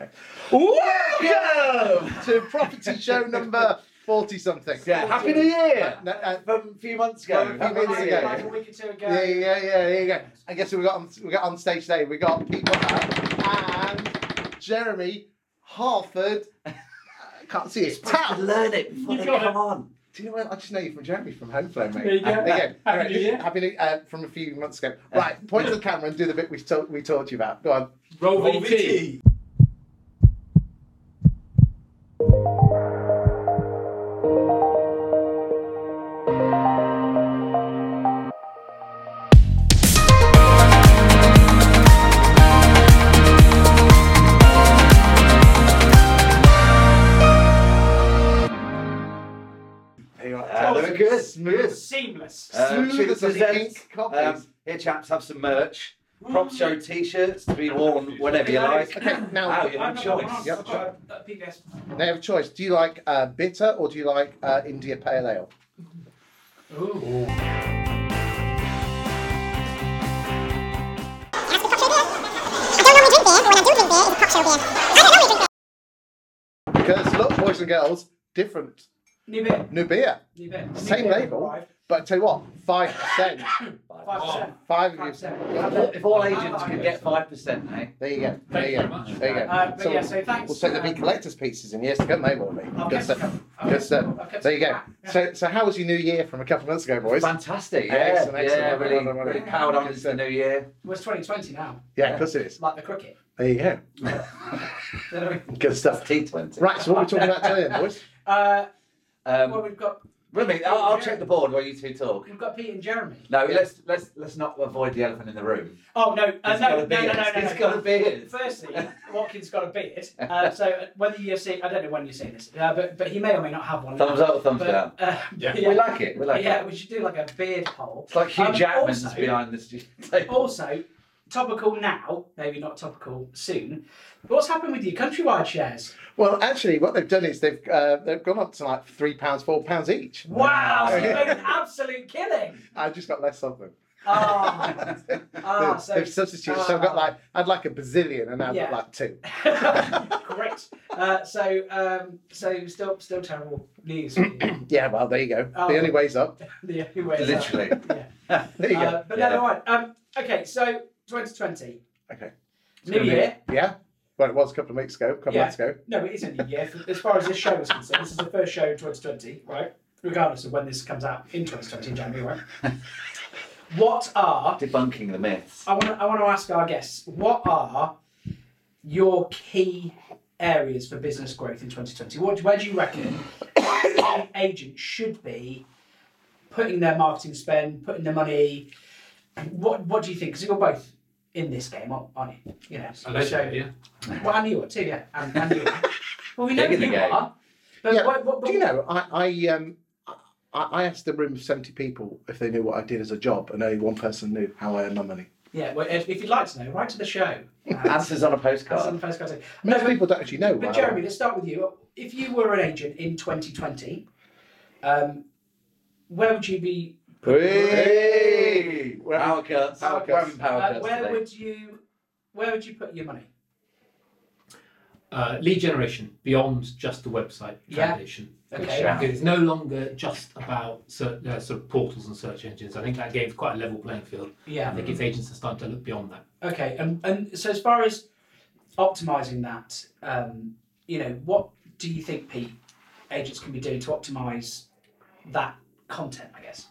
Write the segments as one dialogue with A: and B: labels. A: Okay. Welcome to property show number 40 something.
B: Yeah, Happy New Year!
A: No, uh,
B: From a few months ago.
A: Well,
B: Happy New
A: yeah.
B: Year.
C: Like a week or two ago.
A: yeah, yeah, yeah, yeah, yeah, yeah. I guess we got on, we got on stage today. We got Pete Butler and Jeremy Harford. I can't see it. Tap.
B: learn it before
C: You got it.
B: on.
A: Do you know what? I just know you from Jeremy from Home Flow, mate.
C: There you go.
A: There you go.
C: Happy
A: All right,
C: New
A: this is
C: Year.
A: Happy New uh, from a few months ago. Right, point to the camera and do the bit we talked we talked to you about. Go on.
C: Roll
B: Roll
C: VT.
A: There you are.
B: Uh, they were good.
A: Smooth.
C: Seamless.
B: Uh,
A: Smooth
B: Chip
A: as a
B: presents,
A: pink copies.
B: um, here, chaps, have some merch. Prop
C: Mm.
B: show t shirts to be worn whenever you like.
A: Okay, now
B: Wow,
A: they
B: you
C: I'm
B: have a
C: not
B: choice.
A: Yep.
C: I've got a PBS.
A: have a choice. Do you like uh, bitter or do you like uh, India Pale Ale?
C: Ooh.
D: Ask me for beer. I don't normally drink beer, but when I do drink beer, it's cocktail beer. I don't normally drink beer.
A: Because look, boys and girls, different.
C: New bit.
A: New beer.
C: New bit. New
A: Same
C: bit
A: label.
C: arrived.
A: But I tell you what, five percent.
B: Oh.
C: Five percent.
A: Five of you.
C: Five percent.
B: If all- If all agents could get 5%, eh?
A: There you go. There you go. There you go.
C: Uh, but
A: So
C: yeah, so thanks.
A: We'll take the big
C: um,
A: collector's pieces in years to come, mate, won't we?
C: I'll
A: Good
C: get
A: stuff.
C: some. I'll
A: Good
C: get
A: stuff.
C: some. I'll get
A: There you go.
C: some. Yeah.
A: So, so how was your new year from a couple of months ago, boys?
B: Fantastic. Yeah,
A: Excellent,
B: yeah,
A: excellent.
B: really,
A: Well done, well
B: really
C: done.
B: powered on into the new year.
C: Well, it's 2020 now.
A: Yeah, of course it is.
C: It's like the cricket.
A: There you go. Good stuff.
B: T20.
A: Right, so what are we talking about today, then, boys?
C: Uh, well,
B: Um,
C: we've got
B: really, I'll, I'll check the board while you two talk.
C: we've got Pete and Jeremy.
B: No, let's let's let's not avoid the elephant in the room.
C: Oh no, uh,
B: He's
C: no,
B: got
C: no,
B: a
C: no, no,
B: beard.
C: no,
B: He's
C: no.
B: got a beard.
C: Firstly, Watkins got a beard. Uh, so uh, whether you see, I don't know when you see this, uh, but but he may or may not have one.
B: Thumbs up, thumbs
C: But,
B: down.
C: Uh,
E: Yeah.
B: We like it. We like
C: yeah,
B: it.
C: we should do like a beard poll.
B: It's like Hugh
C: Um,
B: Jackman's
C: also-
B: behind the studio table.
C: Also, topical now, maybe not topical soon. But what's happened with your countrywide shares?
A: Well, actually, what they've done is they've uh, they've gone up to like three pounds, four pounds each.
C: Wow, you made an absolute killing.
A: I just got less of them.
C: Ah, ah,
A: They've-
C: so
A: they've substituted. so I've got
C: ah.
A: like I'd like a bazillion, and I've
C: Yeah.
A: got like two.
C: Great. Uh, so, um, so still, still terrible news. for you.
A: Yeah, well, there you go.
C: Oh.
A: The only way's up.
C: the only way is up.
B: Literally.
C: Yeah.
A: There you go.
C: Uh, but
B: Yeah.
C: no, no, right. Um, okay, so 2020.
A: Okay.
C: New
B: gonna be-
C: year.
A: yeah. Well, it was a couple of weeks ago, a couple
C: Yeah.
A: of months ago.
C: No, it is a new year. for- As far as this show is concerned, this is the first show in 2020, right? Regardless of when this comes out in 2020, in January, right? what are
B: Debunking the myths.
C: I want to I want to ask our guests what are your key areas for business growth in 2020? What where do you reckon an agent should be putting their marketing spend, putting their money? What what do you think? Because you're both in this game, aren't, aren't you? You know,
E: I like that, yeah.
C: Well, and you are too, yeah, and, and you are. Well, we know
B: Big in the
C: you
B: game.
C: are. But
A: Yeah,
C: what, what,
A: Do you know? I I um I, I asked a room of seventy people if they knew what I did as a job, and only one person knew how I earn my money.
C: Yeah, well, if if you'd like to know, write to the show. Uh,
B: Answers on a
C: that's on
B: postcard.
C: the first question.
A: Most
C: No, but-
A: people don't actually know.
C: But
A: what I
C: Jeremy, let's start with you. If you were an agent in 2020, um, where would you be?
A: earn.
B: Hey!
A: Well-
B: Power cuts.
A: Power
B: Power
A: cuts.
B: cuts. Power
C: Uh,
B: cuts
C: where
B: today.
C: would you? Where would you put your money?
E: Uh, lead generation beyond just the website
C: Yeah.
E: foundation.
C: Okay.
B: shout.
E: It's no longer just about ser- uh, sort of portals and search engines. I think that gave quite a level playing field. I
C: Yeah.
E: think it's agents are starting to look beyond that.
C: Okay. And and so as far as optimizing that, um, you know, what do you think, Pete? Agents can be doing to optimize that content, I guess.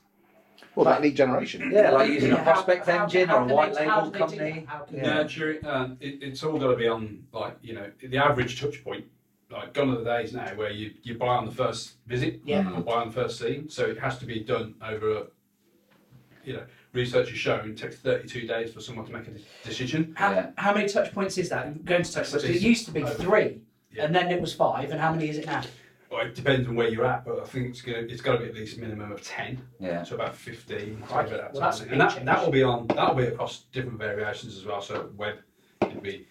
A: Well, that lead generation.
B: Yeah, like using
C: Yeah,
B: a
C: how-
B: prospect
C: how-
B: engine or
C: how
B: a
C: can they-
B: white
C: how
B: label
C: can they do that?
B: company.
C: How can they-
B: Yeah.
F: nurturing um, it, it's all got to be on like you know the average touch point like gone are the days now where you, you buy on the first visit
C: Yeah.
F: or buy on the first scene so it has to be done over a you know research has shown it takes 32 days for someone to make a de- decision
C: How,
B: Yeah.
C: how many touch points is that? Going to touch points. It
F: It's-
C: used to be
F: oh.
C: three,
F: Yeah.
C: and then it was five. And how many is it now?
F: well, it depends on where you're at but i think it's going to it's got to be at least a minimum of 10
B: Yeah.
F: so about 15
C: Crikey.
F: something like
C: Well, that's a
F: that.
C: big
F: and that,
C: change.
F: that will be on that will be across different variations as well so web it'd be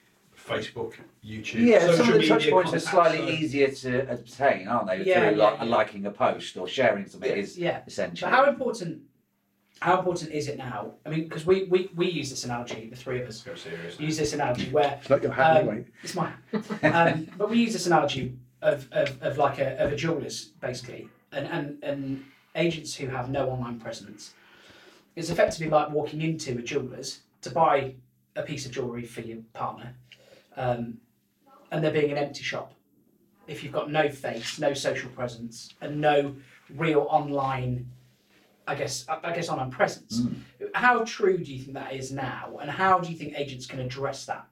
F: facebook youtube
B: Yeah, some
F: social
B: of the
F: media
B: touch points are
F: contacts,
B: slightly
F: so-
B: easier to obtain, aren't they?
C: Yeah,
B: Through
C: yeah,
B: like,
C: yeah.
B: liking a post or sharing something is
C: Yeah.
B: essential.
C: But how important How important is it now? I mean, because we, we, we use this analogy, the three of us
F: Let's go serious.
C: use this analogy where
A: It's not your
C: Um,
A: hat anyway.
C: it's mine. um, but we use this analogy of, of, of like a of a jeweller's basically, and, and and agents who have no online presence. It's effectively like walking into a jeweller's to buy a piece of jewellery for your partner, um, and there being an empty shop. If you've got no face, no social presence, and no real online, I guess I I guess online presence, how true do you think that is now, and how do you think agents can address that?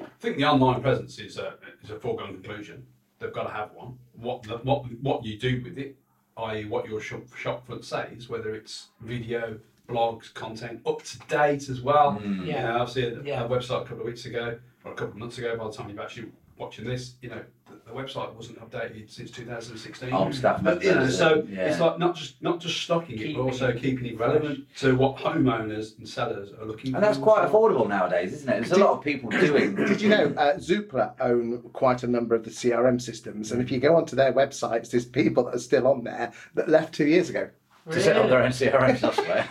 F: I think the online presence is a is a foregone conclusion. They've got to have one. What the, what what you do with it, i.e., what your shop shop front says, whether it's video, blogs, content, up to date as well.
B: Mm.
C: Yeah.
F: You know, I've seen a-
C: Yeah.
F: a website a couple of weeks ago or a couple of months ago. By the time you've actually watching this, you know the, the website wasn't updated since 2016.
B: Oh, staff members.
F: But, you know, so
B: yeah.
F: it's like not just not just stocking it,
C: Keeping
F: but also
C: it
F: keeping it relevant to what homeowners and sellers are looking.
B: and that's
F: for.
B: quite affordable nowadays, isn't it? There's a lot of people doing.
A: Did you know uh, Zoopla own quite a number of the CRM systems? And if you go onto their websites, there's people that are still on there that left two years ago.
B: to set up their own CRM software?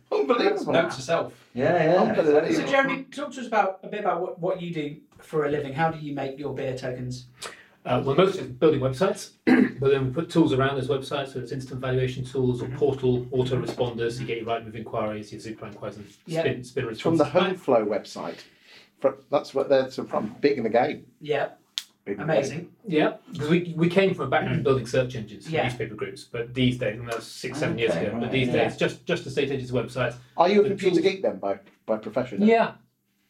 A: Unbelievable.
F: Note to self.
B: yeah, yeah.
C: So Jeremy, talk to us about a bit about what, what you do for a living. How do you make your beer tokens?
E: Uh, well, most of building websites, but then we put tools around those websites, so it's instant valuation tools or portal autoresponders. So you get your right move inquiries, your Zoopla inquiries, and
C: Yeah.
E: spin, spin
A: It's from
E: responses.
A: the HomeFlow website. Fro- that's what they're from. Big in the game.
C: Yeah,
A: Big in the game.
C: amazing.
E: Yeah, because we, we came from a background in building search engines, for
C: Yeah.
E: newspaper groups, but these days, and that was six, seven years
B: Okay,
E: ago,
B: right,
E: but these
B: yeah.
E: days, just just estate agents' websites.
A: Are you a
E: The
A: computer
E: tools-
A: geek then by, by profession?
E: Yeah.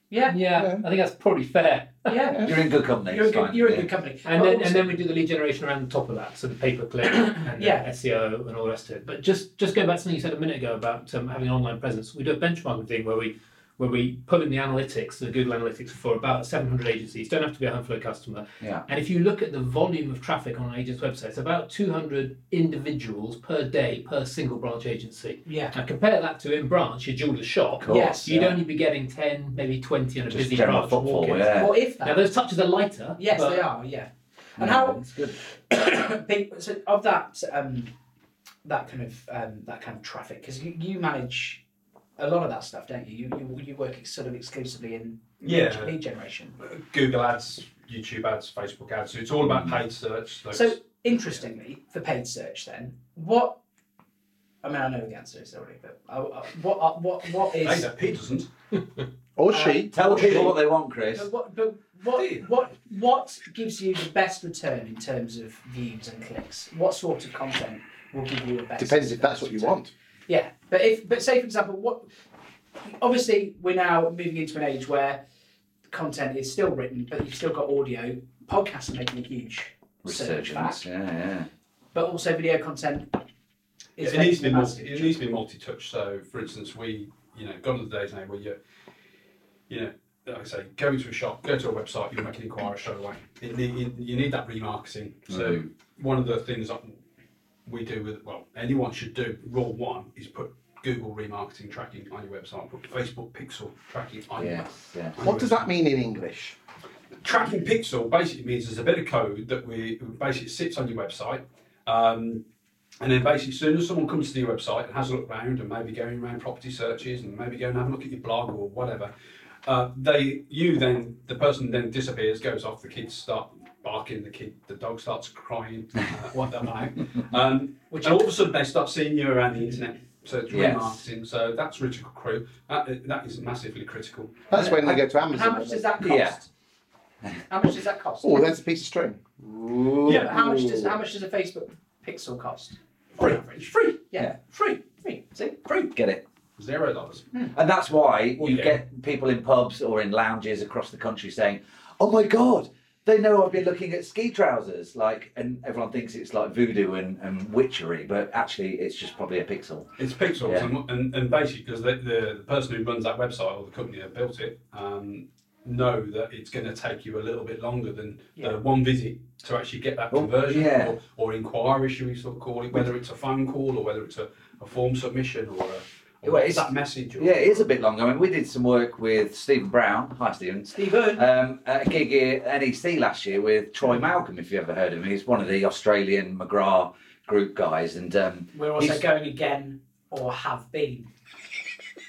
C: Yeah.
A: Yeah.
E: I think that's probably fair.
C: Yeah,
B: You're in good company.
C: you're a
B: it's
C: good,
B: fine.
C: you're a
B: Yeah.
C: good company.
E: And
C: But
E: then
C: also-
E: and then we do the lead generation around the top of that, so the pay per click and the
C: Yeah.
E: SEO and all the rest of it. But just just going back to something you said a minute ago about um, having an online presence, we do a benchmarking thing where we where we pull in the analytics, the Google Analytics for about 700 agencies. Don't have to be a HomeFlow customer.
B: Yeah.
E: And if you look at the volume of traffic on an agent's website, it's about 200 individuals per day per single branch agency.
C: yeah,
E: Now compare that to in branch, your jeweler's shop.
B: Cool.
C: Yes.
E: You'd
B: yeah.
E: only be getting 10, maybe 20 on a
B: just
E: busy
B: general
E: branch
B: footfall.
E: walk-ins.
B: Yeah.
C: well, if
E: Now
C: that,
E: those touches are lighter.
C: yes,
E: but
C: they are. Yeah, and
B: Yeah,
C: how
B: It's good.
C: big so of that um, that kind of um, that kind of traffic because you, you manage a lot of that stuff, don't you? You you, you work ex- sort of exclusively in
F: Yeah.
C: lead generation.
F: Google ads, YouTube ads, Facebook ads. So it's all about paid search. Those,
C: So interestingly, for paid search, then what? I mean, I know the answer is already, but I, I- what? I- What? What
F: Hey,
C: is?
F: no, Pete doesn't.
A: Or
C: Uh,
A: she.
B: Tell the
A: Or she.
B: people what they want, Chris.
C: But what, but what? What? What gives you the best return in terms of views and clicks? What sort of content will give you the best?
A: Depends if
C: the
A: that's
C: best
A: what you
C: return?
A: want.
C: Yeah, but if but say for example, what? Obviously, we're now moving into an age where content is still written, but you've still got audio. Podcasts are making a huge surge back,
B: Resurgence. Yeah, yeah.
C: but also video content.
F: Yeah,
C: Is
F: it needs
C: making
F: to be
C: a
F: multi,
C: massive
F: it
C: jump.
F: needs to be multi-touch. So for instance, we you know gone to the days now where you you know like I say go into a shop, go to a website, you make an inquiry straight away. It need, you- you need that remarketing. So one of the things that we do with well anyone should do rule one is put Google remarketing tracking on your website, put Facebook pixel tracking on your
B: Yes, yeah.
F: on your
A: What does
F: website.
A: that mean in English?
F: Tracking pixel basically means there's a bit of code that we basically sits on your website, um, and then basically as soon as someone comes to your website and has a look around and maybe going around property searches and maybe going and have a look at your blog or whatever, uh, they you then the person then disappears, goes off, the kids start barking, the kid the dog starts crying, uh, what don't know, um,
C: Which
F: and all of a sudden they start seeing you around the internet. So it's
B: Yes.
F: remarketing. So that's really critical. That, that is massively critical.
A: That's when they go to
C: And
A: Amazon.
C: how much does that cost?
B: Yeah.
C: How much does that cost?
A: Oh, there's a piece of string.
C: Yeah, but how much does how much does a Facebook pixel cost?
B: Free.
C: On average. Free. Yeah.
B: Yeah.
C: Free. Free. See?
B: Free. Get it.
F: Zero dollars.
B: And that's why you
F: Yeah.
B: get people in pubs or in lounges across the country saying, "Oh my god, they know I've been looking at ski trousers." Like, and everyone thinks it's like voodoo and, and witchery, but actually, it's just probably a pixel.
F: It's pixels,
B: Yeah.
F: and, and, and basically, because the, the, the person who runs that website or the company that built it um, know that it's going to take you a little bit longer than
C: Yeah.
F: the one visit to actually get that
B: Oh,
F: conversion
B: yeah.
F: or, or inquiry, should we sort of call it, whether it's a phone call or whether it's a, a form submission or a, or
B: Well, it's-
F: that message. Or,
B: Yeah, it is a bit long. I mean, we did some work with Stephen Brown. Hi, Stephen.
C: Stephen.
B: Um, at a gig at NEC last year with Troy Malcolm, if you ever heard of him. He's one of the Australian McGrath group guys, and um,
C: We're also
B: he's-
C: going again or have been,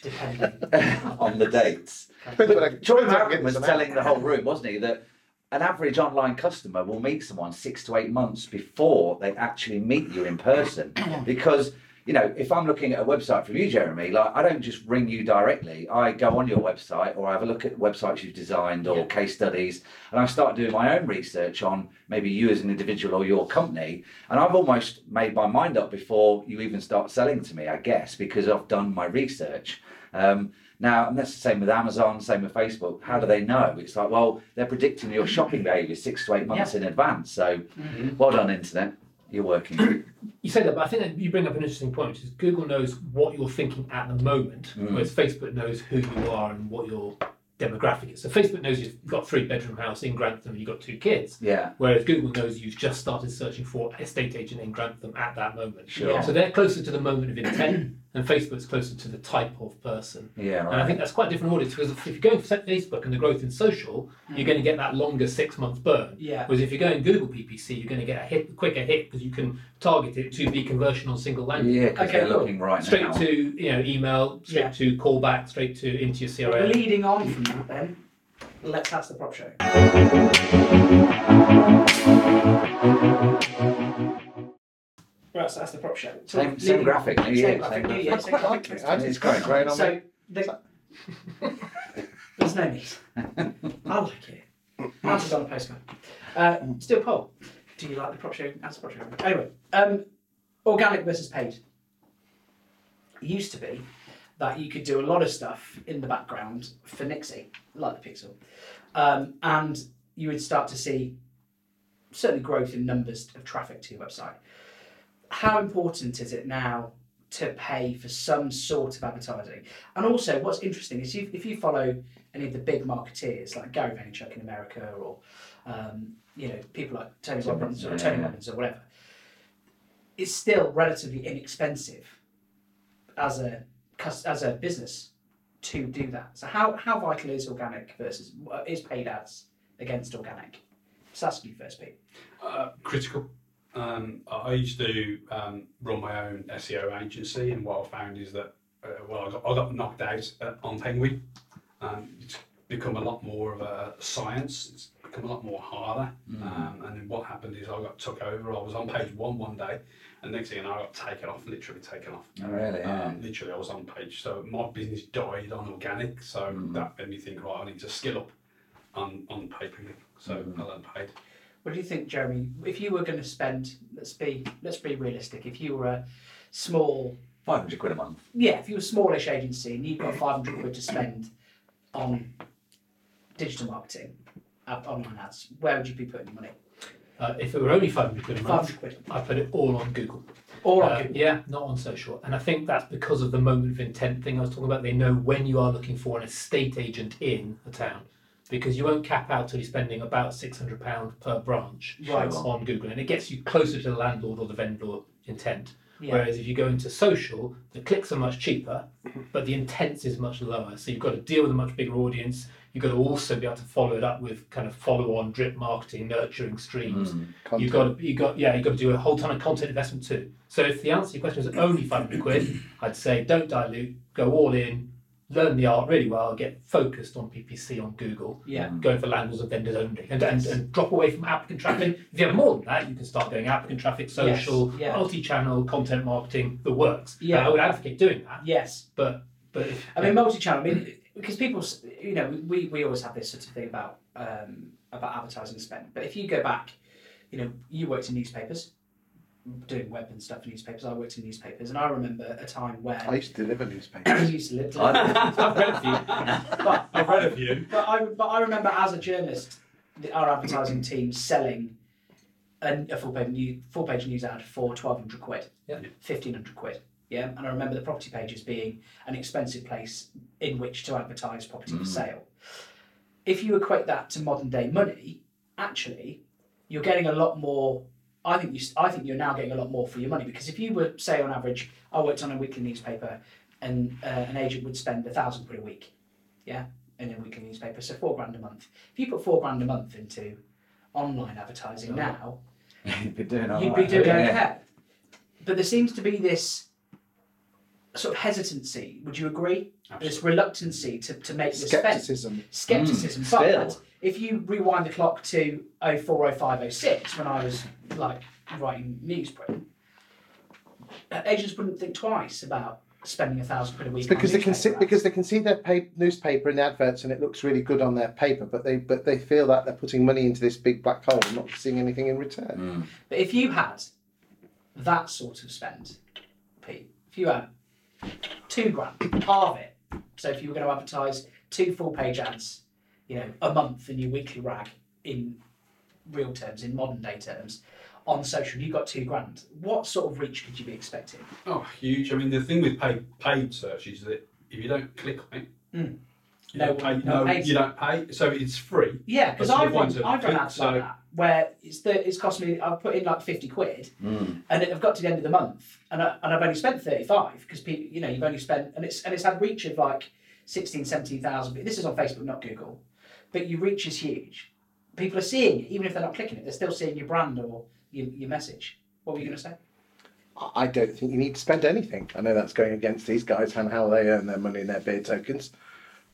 C: depending.
B: on the dates.
A: Depends what I-
B: Troy
A: depends what I
B: Markham
A: get
B: was
A: this
B: telling the whole room, wasn't he, that an average online customer will meet someone six to eight months before they actually meet you in person. Because, you know, if I'm looking at a website from you, Jeremy, like I don't just ring you directly. I go on your website or I have a look at websites you've designed or case studies and I start doing my own research on maybe you as an individual or your company. And I've almost made my mind up before you even start selling to me, I guess, because I've done my research. Um, now, and that's the same with Amazon, same with Facebook. How do they know? It's like, well, they're predicting your shopping behaviour six to eight months in advance. So,
E: Mm-hmm.
B: well done, internet. You're working.
E: You say that, but I think that you bring up an interesting point, which is Google knows what you're thinking at the moment, whereas Facebook knows who you are and what your demographic is. So Facebook knows you've got a three bedroom house in Grantham and you've got two kids.
B: Yeah.
E: Whereas Google knows you've just started searching for an estate agent in Grantham at that moment.
B: Sure.
E: So they're closer to the moment of intent, and Facebook's closer to the type of person.
B: Yeah,
E: And I
B: right.
E: think that's quite a different audience because if you're going for Facebook and the growth in social, you're going to get that longer six month burn.
C: Mm. Yeah.
E: Whereas if you're going Google PPC, you're going to get a hit, quicker hit because you can target it to the conversion on single landing.
B: Yeah, because
C: Okay,
B: they're
C: cool.
B: looking right
E: Straight
B: now.
E: to you know email, straight
C: Yeah.
E: to callback, straight to into your CRM.
C: Leading on from that, then, let's ask the prop show. Right, so that's the prop show. So
B: Same- same
C: leading-
B: graphic, New Year,
C: Same graphic,
B: same
C: New
B: graphic.
C: Year,
A: I
C: same
A: quite like it.
C: graphic.
A: I think it's quite great. on me.
C: So, the... there's no need. I like it. Answers on a postcard. Uh, still poll. Do you like the prop show? Answer prop show. Anyway, um, organic versus paid. It used to be that you could do a lot of stuff in the background for Nixie, like the Pixel, um, and you would start to see certainly growth in numbers of traffic to your website. How important is it now to pay for some sort of advertising? And also, what's interesting is you, if you follow any of the big marketeers like Gary Vaynerchuk in America, or um, you know people like Tony Robbins or
B: yeah,
C: Tony
B: yeah.
C: Robbins or whatever, it's still relatively inexpensive as a cus- as a business to do that. So how how vital is organic versus is paid ads against organic? Let's ask you first, Pete.
F: Uh, critical. Um, I used to um, run my own SEO agency, and what I found is that uh, well, I got, I got knocked out uh, on Penguin. Um, it's become a lot more of a science. It's become a lot more harder.
B: Mm.
F: Um, and then what happened is I got took over. I was on page one one day, and next thing you know, I got taken off, literally taken off.
B: Oh, really? Yeah.
F: Um, literally, I was on page. So my business died on organic. So
B: Mm.
F: that made me think, right, I need to skill up on on pay per click. So
B: Mm.
F: I learned paid.
C: What do you think, Jeremy? If you were going to spend, let's be let's be realistic. If you were a small,
B: 500 quid a month.
C: yeah, if you were a smallish agency and you've got five hundred quid to spend on digital marketing, uh, online ads, where would you be putting your money?
E: Uh, if it were only 500 quid a
C: Five
E: month,
C: hundred quid.
E: I put it all on Google.
C: Or
E: Uh, yeah, not on social. And I think that's because of the moment of intent thing I was talking about. They know when you are looking for an estate agent in a town because you won't cap out till you're spending about £600 per branch
C: Right.
E: on Google. And it gets you closer to the landlord or the vendor intent.
C: Yeah.
E: Whereas if you go into social, the clicks are much cheaper, but the intent is much lower. So you've got to deal with a much bigger audience. You've got to also be able to follow it up with kind of follow on drip marketing, nurturing streams.
C: Hmm.
E: You've got to, you got, yeah, you've got to do a whole ton of content investment too. So if the answer to your question is only 500 quid, I'd say don't dilute, go all in, learn the art really well, get focused on PPC on Google,
C: Yeah.
E: going for landlords and vendors only, and, and, and drop away from applicant traffic. If you have more than that, you can start going applicant traffic, social,
C: yeah.
E: multi-channel content marketing, the works.
C: Yeah.
E: And I would advocate doing that,
C: yes,
E: but but if,
C: I mean, multi-channel. I mean, because people, s- you know, we, we always have this sort of thing about um, about advertising spend. But if you go back, you know, you worked in newspapers, doing web and stuff in newspapers. I worked in newspapers, and I remember a time
A: I
C: where
A: used to deliver
C: I
A: newspapers.
C: used to live.
E: I've read a few.
C: but,
F: I've read a few.
C: but I but I remember as a journalist, the, our advertising team selling an, a full page new full page news ad for twelve hundred quid,
E: Yeah.
C: fifteen hundred quid. Yeah, and I remember the property pages being an expensive place in which to advertise property for sale. If you equate that to modern day money, actually, you're getting a lot more. I think you. s- I think you're now getting a lot more for your money because if you were, say, on average, I worked on a weekly newspaper, and uh, an agent would spend a thousand quid a week, yeah, in a weekly newspaper, so four grand a month. If you put four grand a month into online advertising now,
A: Oh,
B: You'd be doing all
C: you'd be
B: right.
C: doing
B: Yeah.
C: okay. But there seems to be this sort of hesitancy. Would you agree? This
F: Absolutely.
C: reluctancy to, to make the spend.
A: Skepticism.
C: Skepticism.
B: Mm,
C: but
B: still.
C: if you rewind the clock to 040506, when I was like writing newsprint, uh, agents wouldn't think twice about spending a thousand quid a week.
A: It's
C: on
A: because they can see
C: newspaper ads.
A: because they can see their pa- newspaper in the adverts and it looks really good on their paper, but they but they feel that they're putting money into this big black hole and not seeing anything in return.
C: But if you had that sort of spend, Pete, if you had two grand, half it. So if you were going to advertise two full page ads, you know, a month in your weekly rag in real terms, in modern day terms, on social, you got two grand. What sort of reach could you be expecting?
F: Oh, huge. I mean, the thing with paid, paid search is that if you don't click on it,
C: Mm.
F: you,
C: No
F: don't pay,
C: one-
F: no,
C: no paid.
F: you don't pay. So it's free.
C: Yeah, because
F: That's the
C: I've run,
F: point of
C: I've run
F: it,
C: ads like
F: so-
C: that where it's the, it's cost me I've put in like fifty quid, and it, I've got to the end of the month, and I, and I've only spent thirty five because people you know you've only spent and it's and it's had reach of like 16, 17,000. but This is on Facebook, not Google, but your reach is huge. People are seeing it, even if they're not clicking it, they're still seeing your brand or your, your message. What were you going to say?
A: I- I don't think you need to spend anything. I know that's going against these guys and how they earn their money and their beer tokens,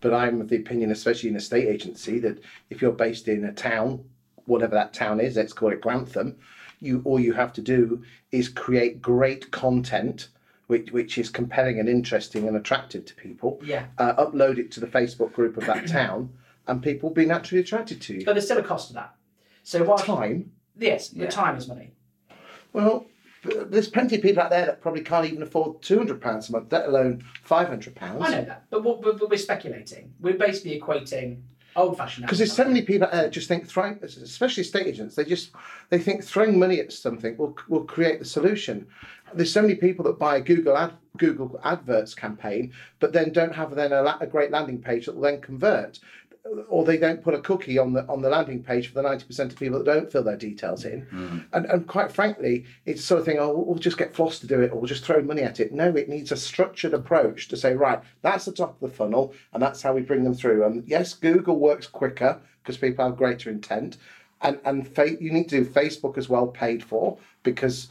A: but I'm of the opinion, especially in a state agency, that if you're based in a town, whatever that town is, let's call it Grantham, you all you have to do is create great content. Which, which is compelling and interesting and attractive to people.
C: Yeah.
A: Uh, upload it to the Facebook group of that town, and people will be naturally attracted to you.
C: But there's still a cost to that. So what?
A: Time
C: Yes,
B: Yeah.
C: the time is money.
A: Well, th- there's plenty of people out there that probably can't even afford two hundred pounds a month, let alone five hundred
C: I
A: pounds.
C: know that, but what, but, but we're speculating. We're basically equating old-fashioned
A: Because there's so many people out there that just think throwing, especially estate agents, they just they think throwing money at something will will create the solution. There's so many people that buy a Google ad Google adverts campaign, but then don't have then a, la- a great landing page that will then convert. Or they don't put a cookie on the on the landing page for the ninety percent of people that don't fill their details in, and and quite frankly, it's the sort of thing. Oh, we'll just get Floss to do it, or we'll just throw money at it. No, it needs a structured approach to say, right, that's the top of the funnel, and that's how we bring them through. And yes, Google works quicker because people have greater intent, and and fa- you need to do Facebook as well, paid for because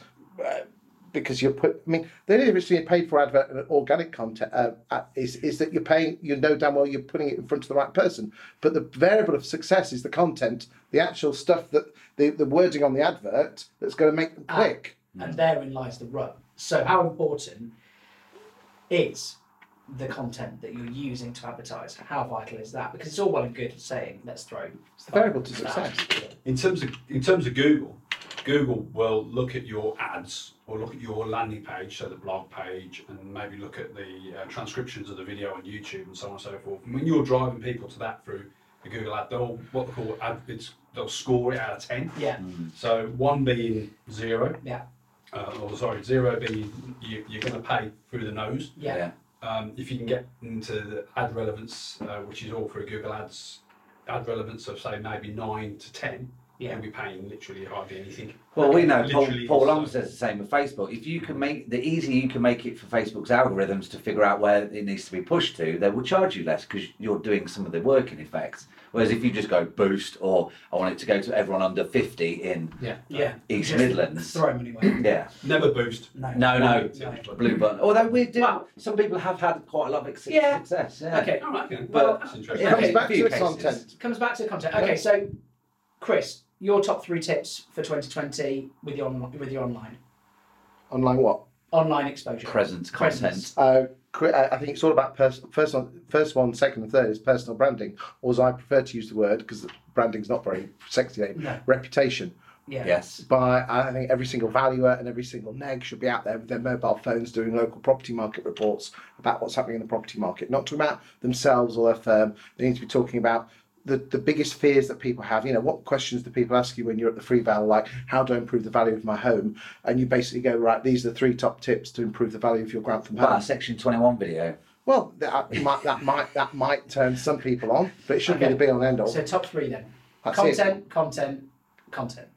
A: because you're put. I mean, the only difference between a paid for advert and organic content uh, ad- is is that you're paying. You know damn well you're putting it in front of the right person. But the variable of success is the content, the actual stuff that the the wording on the advert that's going to make
B: Ah,
A: them click.
C: and therein lies the rub. So, how important is the content that you're using to advertise? How vital is that? Because it's all well and good saying, let's throw.
A: It's the variable to success.
F: In terms of in terms of Google, Google will look at your ads or look at your landing page, so the blog page, and maybe look at the uh, transcriptions of the video on YouTube and so on and so forth. And when you're driving people to that through the Google ad, they'll what they call ad, it's, they'll score it out of ten.
C: Yeah,
F: So one being zero,
C: yeah,
F: uh, or sorry, zero being you, you're going to pay through the nose.
C: yeah.
F: um, if you can get into the ad relevance, uh, which is all through Google Ads, ad relevance of say maybe nine to ten,
C: Yeah.
F: you'll be paying literally hardly anything.
B: Well, we know Paul,
F: Literally. uh,
B: Paul Long says the same with Facebook. If you can make the easier you can make it for Facebook's algorithms to figure out where it needs to be pushed to, they will charge you less because you're doing some of the work in effect. Whereas if you just go boost or I want it to go to everyone under 50 in
E: Yeah.
C: Yeah.
B: East
C: Just
B: Midlands.
C: Throw money away.
B: Yeah,
F: Never boost.
B: no, no,
C: No.
B: blue button. Although we do,
C: Well-
B: some people have had quite a lot of ex-
C: Yeah.
B: success. Yeah.
C: Okay.
F: All right, okay.
B: Well,
F: that's
A: It
F: interesting.
B: yeah.
A: comes
B: Okay.
A: back to
B: Few
A: the
B: cases.
A: content.
C: Comes back to the content. Okay, so Chris, your top three tips for 2020 with your on- with your online
A: Online what?
C: online exposure.
B: Present content.
C: Presence.
A: Uh, cre- uh, I think it's all about pers- first one, first one, second and third is personal branding, or as I prefer to use the word because branding's not very sexy name.
C: No.
A: Reputation.
C: Yeah.
B: Yes.
A: by I think every single valuer and every single neg should be out there with their mobile phones doing local property market reports about what's happening in the property market. Not talking about themselves or their firm. They need to be talking about the, the biggest fears that people have. You know, what questions do people ask you when you're at the free val? Like, how do I improve the value of my home? And you basically go, right, these are the three top tips to improve the value of your Grantham
B: Wow,
A: home.
B: section 21 video.
A: Well, that might that might that might turn some people on, but it shouldn't
C: Okay.
A: be the be on end all.
C: So top three then.
A: That's it.
C: content, content, content.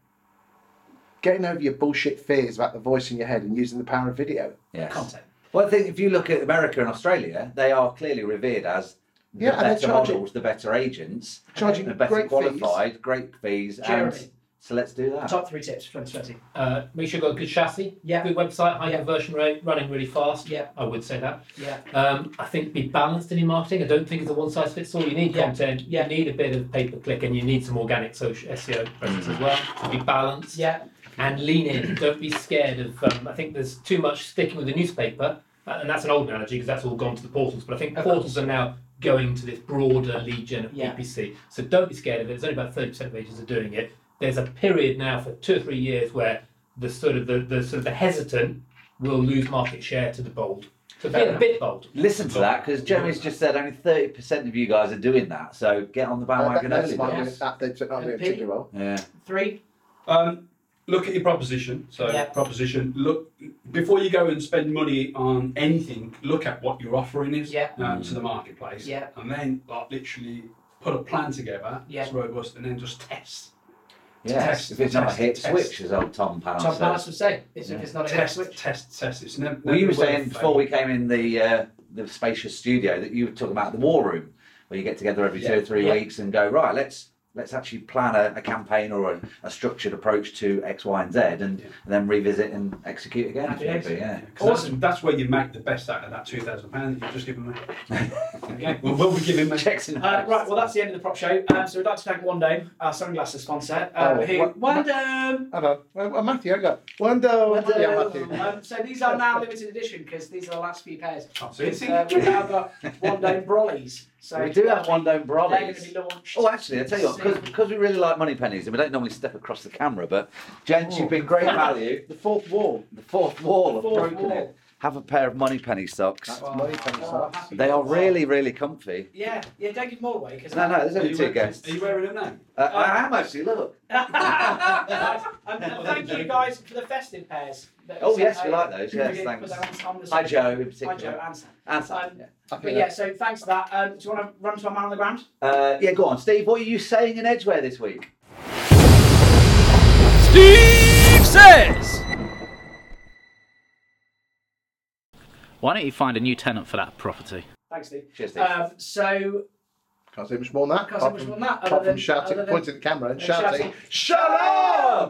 A: Getting over your bullshit fears about the voice in your head and using the power of video.
B: Yes.
C: Content.
B: Well, I think if you look at America and Australia, they are clearly revered as the
A: Yeah, and they're
B: better
A: charging-
B: models, the better agents,
A: Charging
B: the better
A: great fees.
B: qualified, great fees,
C: Jeremy.
B: and So let's do that.
C: Top three tips for 2020.
E: Uh, make sure you've got a good chassis,
C: Yeah.
E: good website, high
C: Yeah.
E: conversion rate, running really fast.
C: Yeah.
E: I would say that.
C: Yeah.
E: Um, I think be balanced in your marketing. I don't think it's a one size fits all. You need
C: Yeah.
E: content,
C: Yeah.
E: you need a bit of pay per click, and you need some organic social SEO presence as well. Be balanced
C: Yeah.
E: and lean in. Don't be scared of. Um, I think there's too much sticking with the newspaper, uh, and that's an old analogy because that's all gone to the portals. But I think
C: Of
E: portals are now going to this broader lead gen of
C: Yeah.
E: PPC. So don't be scared of it. There's only about thirty percent of agents are doing it. There's a period now for two or three years where the sort of the, the sort of the hesitant will lose market share to the bold. So be
B: Fair
E: a bit bold.
B: Listen to that because Jeremy's just said only 30% of you guys are doing that. So get on the bandwagon
A: That-
B: early.
A: that's my-
B: then.
C: Oh, yes.
A: that- that's not doing
C: And Pete?
A: particularly well.
B: Yeah.
C: Three.
F: Um, look at your proposition. So
C: Yeah.
F: proposition. Look before you go and spend money on anything. Look at what your offering is
C: Yeah.
F: um, to the marketplace.
C: Yeah.
F: And then like literally put a plan together.
C: Yeah.
F: It's robust, and then just test.
B: Yeah.
C: Test,
B: if it's not
F: test,
B: a hit,
F: test.
B: switch, as old Tom Powell
C: Tom
B: said.
C: Ballas would say. It's,
B: Yeah.
C: If it's not a hit
F: Test,
C: switch.
F: test, test. It's never.
B: Well, you were
F: never worth
B: saying
F: failing.
B: before we came in the uh, the spacious studio that you were talking about the war room, where you get together every two or three
C: Yeah.
B: weeks and go right. Let's let's actually plan a, a campaign or a, a structured approach to X, Y, and Z, and, and
F: Yeah.
B: then revisit and execute again. if
C: Happy days.
B: need be, yeah.
F: 'Cause That's, that's where you make the best out of that two thousand pound that you've just given me. okay. Well, will we give him? a-
B: Checks and
C: Uh, right, well, that's the end of the prop show. Um, so we'd like to thank Wando, our sunglasses sponsor. Um,
A: Oh,
C: who,
A: what-
C: Wando!
A: Hello. Well, well, Matthew, I got Wando.
C: Wando.
A: Yeah, Matthew.
C: Um, so these are now limited edition because these are the last few pairs.
F: Oh, so it's-
C: 'Cause, Uh, we've now got Wando Brollies. So
B: we do have one known
C: They're going to be
B: brollies.
C: launched.
B: Oh, actually, I tell you what, because we really like money pennies, and we don't normally step across the camera, but gents, you've been great value.
A: The fourth wall.
B: The fourth wall,
C: The
B: have
C: fourth
B: broken
C: wall.
B: it. Have a pair of money penny socks.
A: That's money penny
C: oh,
A: socks.
C: happy
B: They are
C: days.
B: really, really comfy.
C: Yeah, yeah, don't give more away. Cause
B: No, no, there's
F: Are
B: only
F: you
B: two
F: wearing-
B: guests.
F: are you wearing them now?
B: Uh, I am actually. Look.
C: Nice. and, and thank you guys for the festive pairs. that
B: Oh
C: sent
B: yes, we
C: over.
B: like those. Yes,
C: We're gonna put
B: thanks.
C: that on- on the
B: Hi
C: side.
B: Joe, in particular.
C: Hi, Joe, and Sam.
B: And Sam.
C: Um,
B: yeah.
A: I think
C: But yeah,
A: that's-
C: so thanks for that. Um, do you want to run to our man on the ground?
B: Uh, yeah, go on, Steve. What are you saying in Edgeware this week?
G: Why don't you find a new tenant for that property?
C: Thanks, Steve.
B: Cheers, Steve.
C: Um, so
A: Can't say much more than that.
C: Can't say
A: apart
C: much
A: from-
C: more than that, other
A: Apart from
C: than-
A: shouting,
C: other than-
A: pointing at the camera and
C: and shouting,
A: shouting, "Shut up!"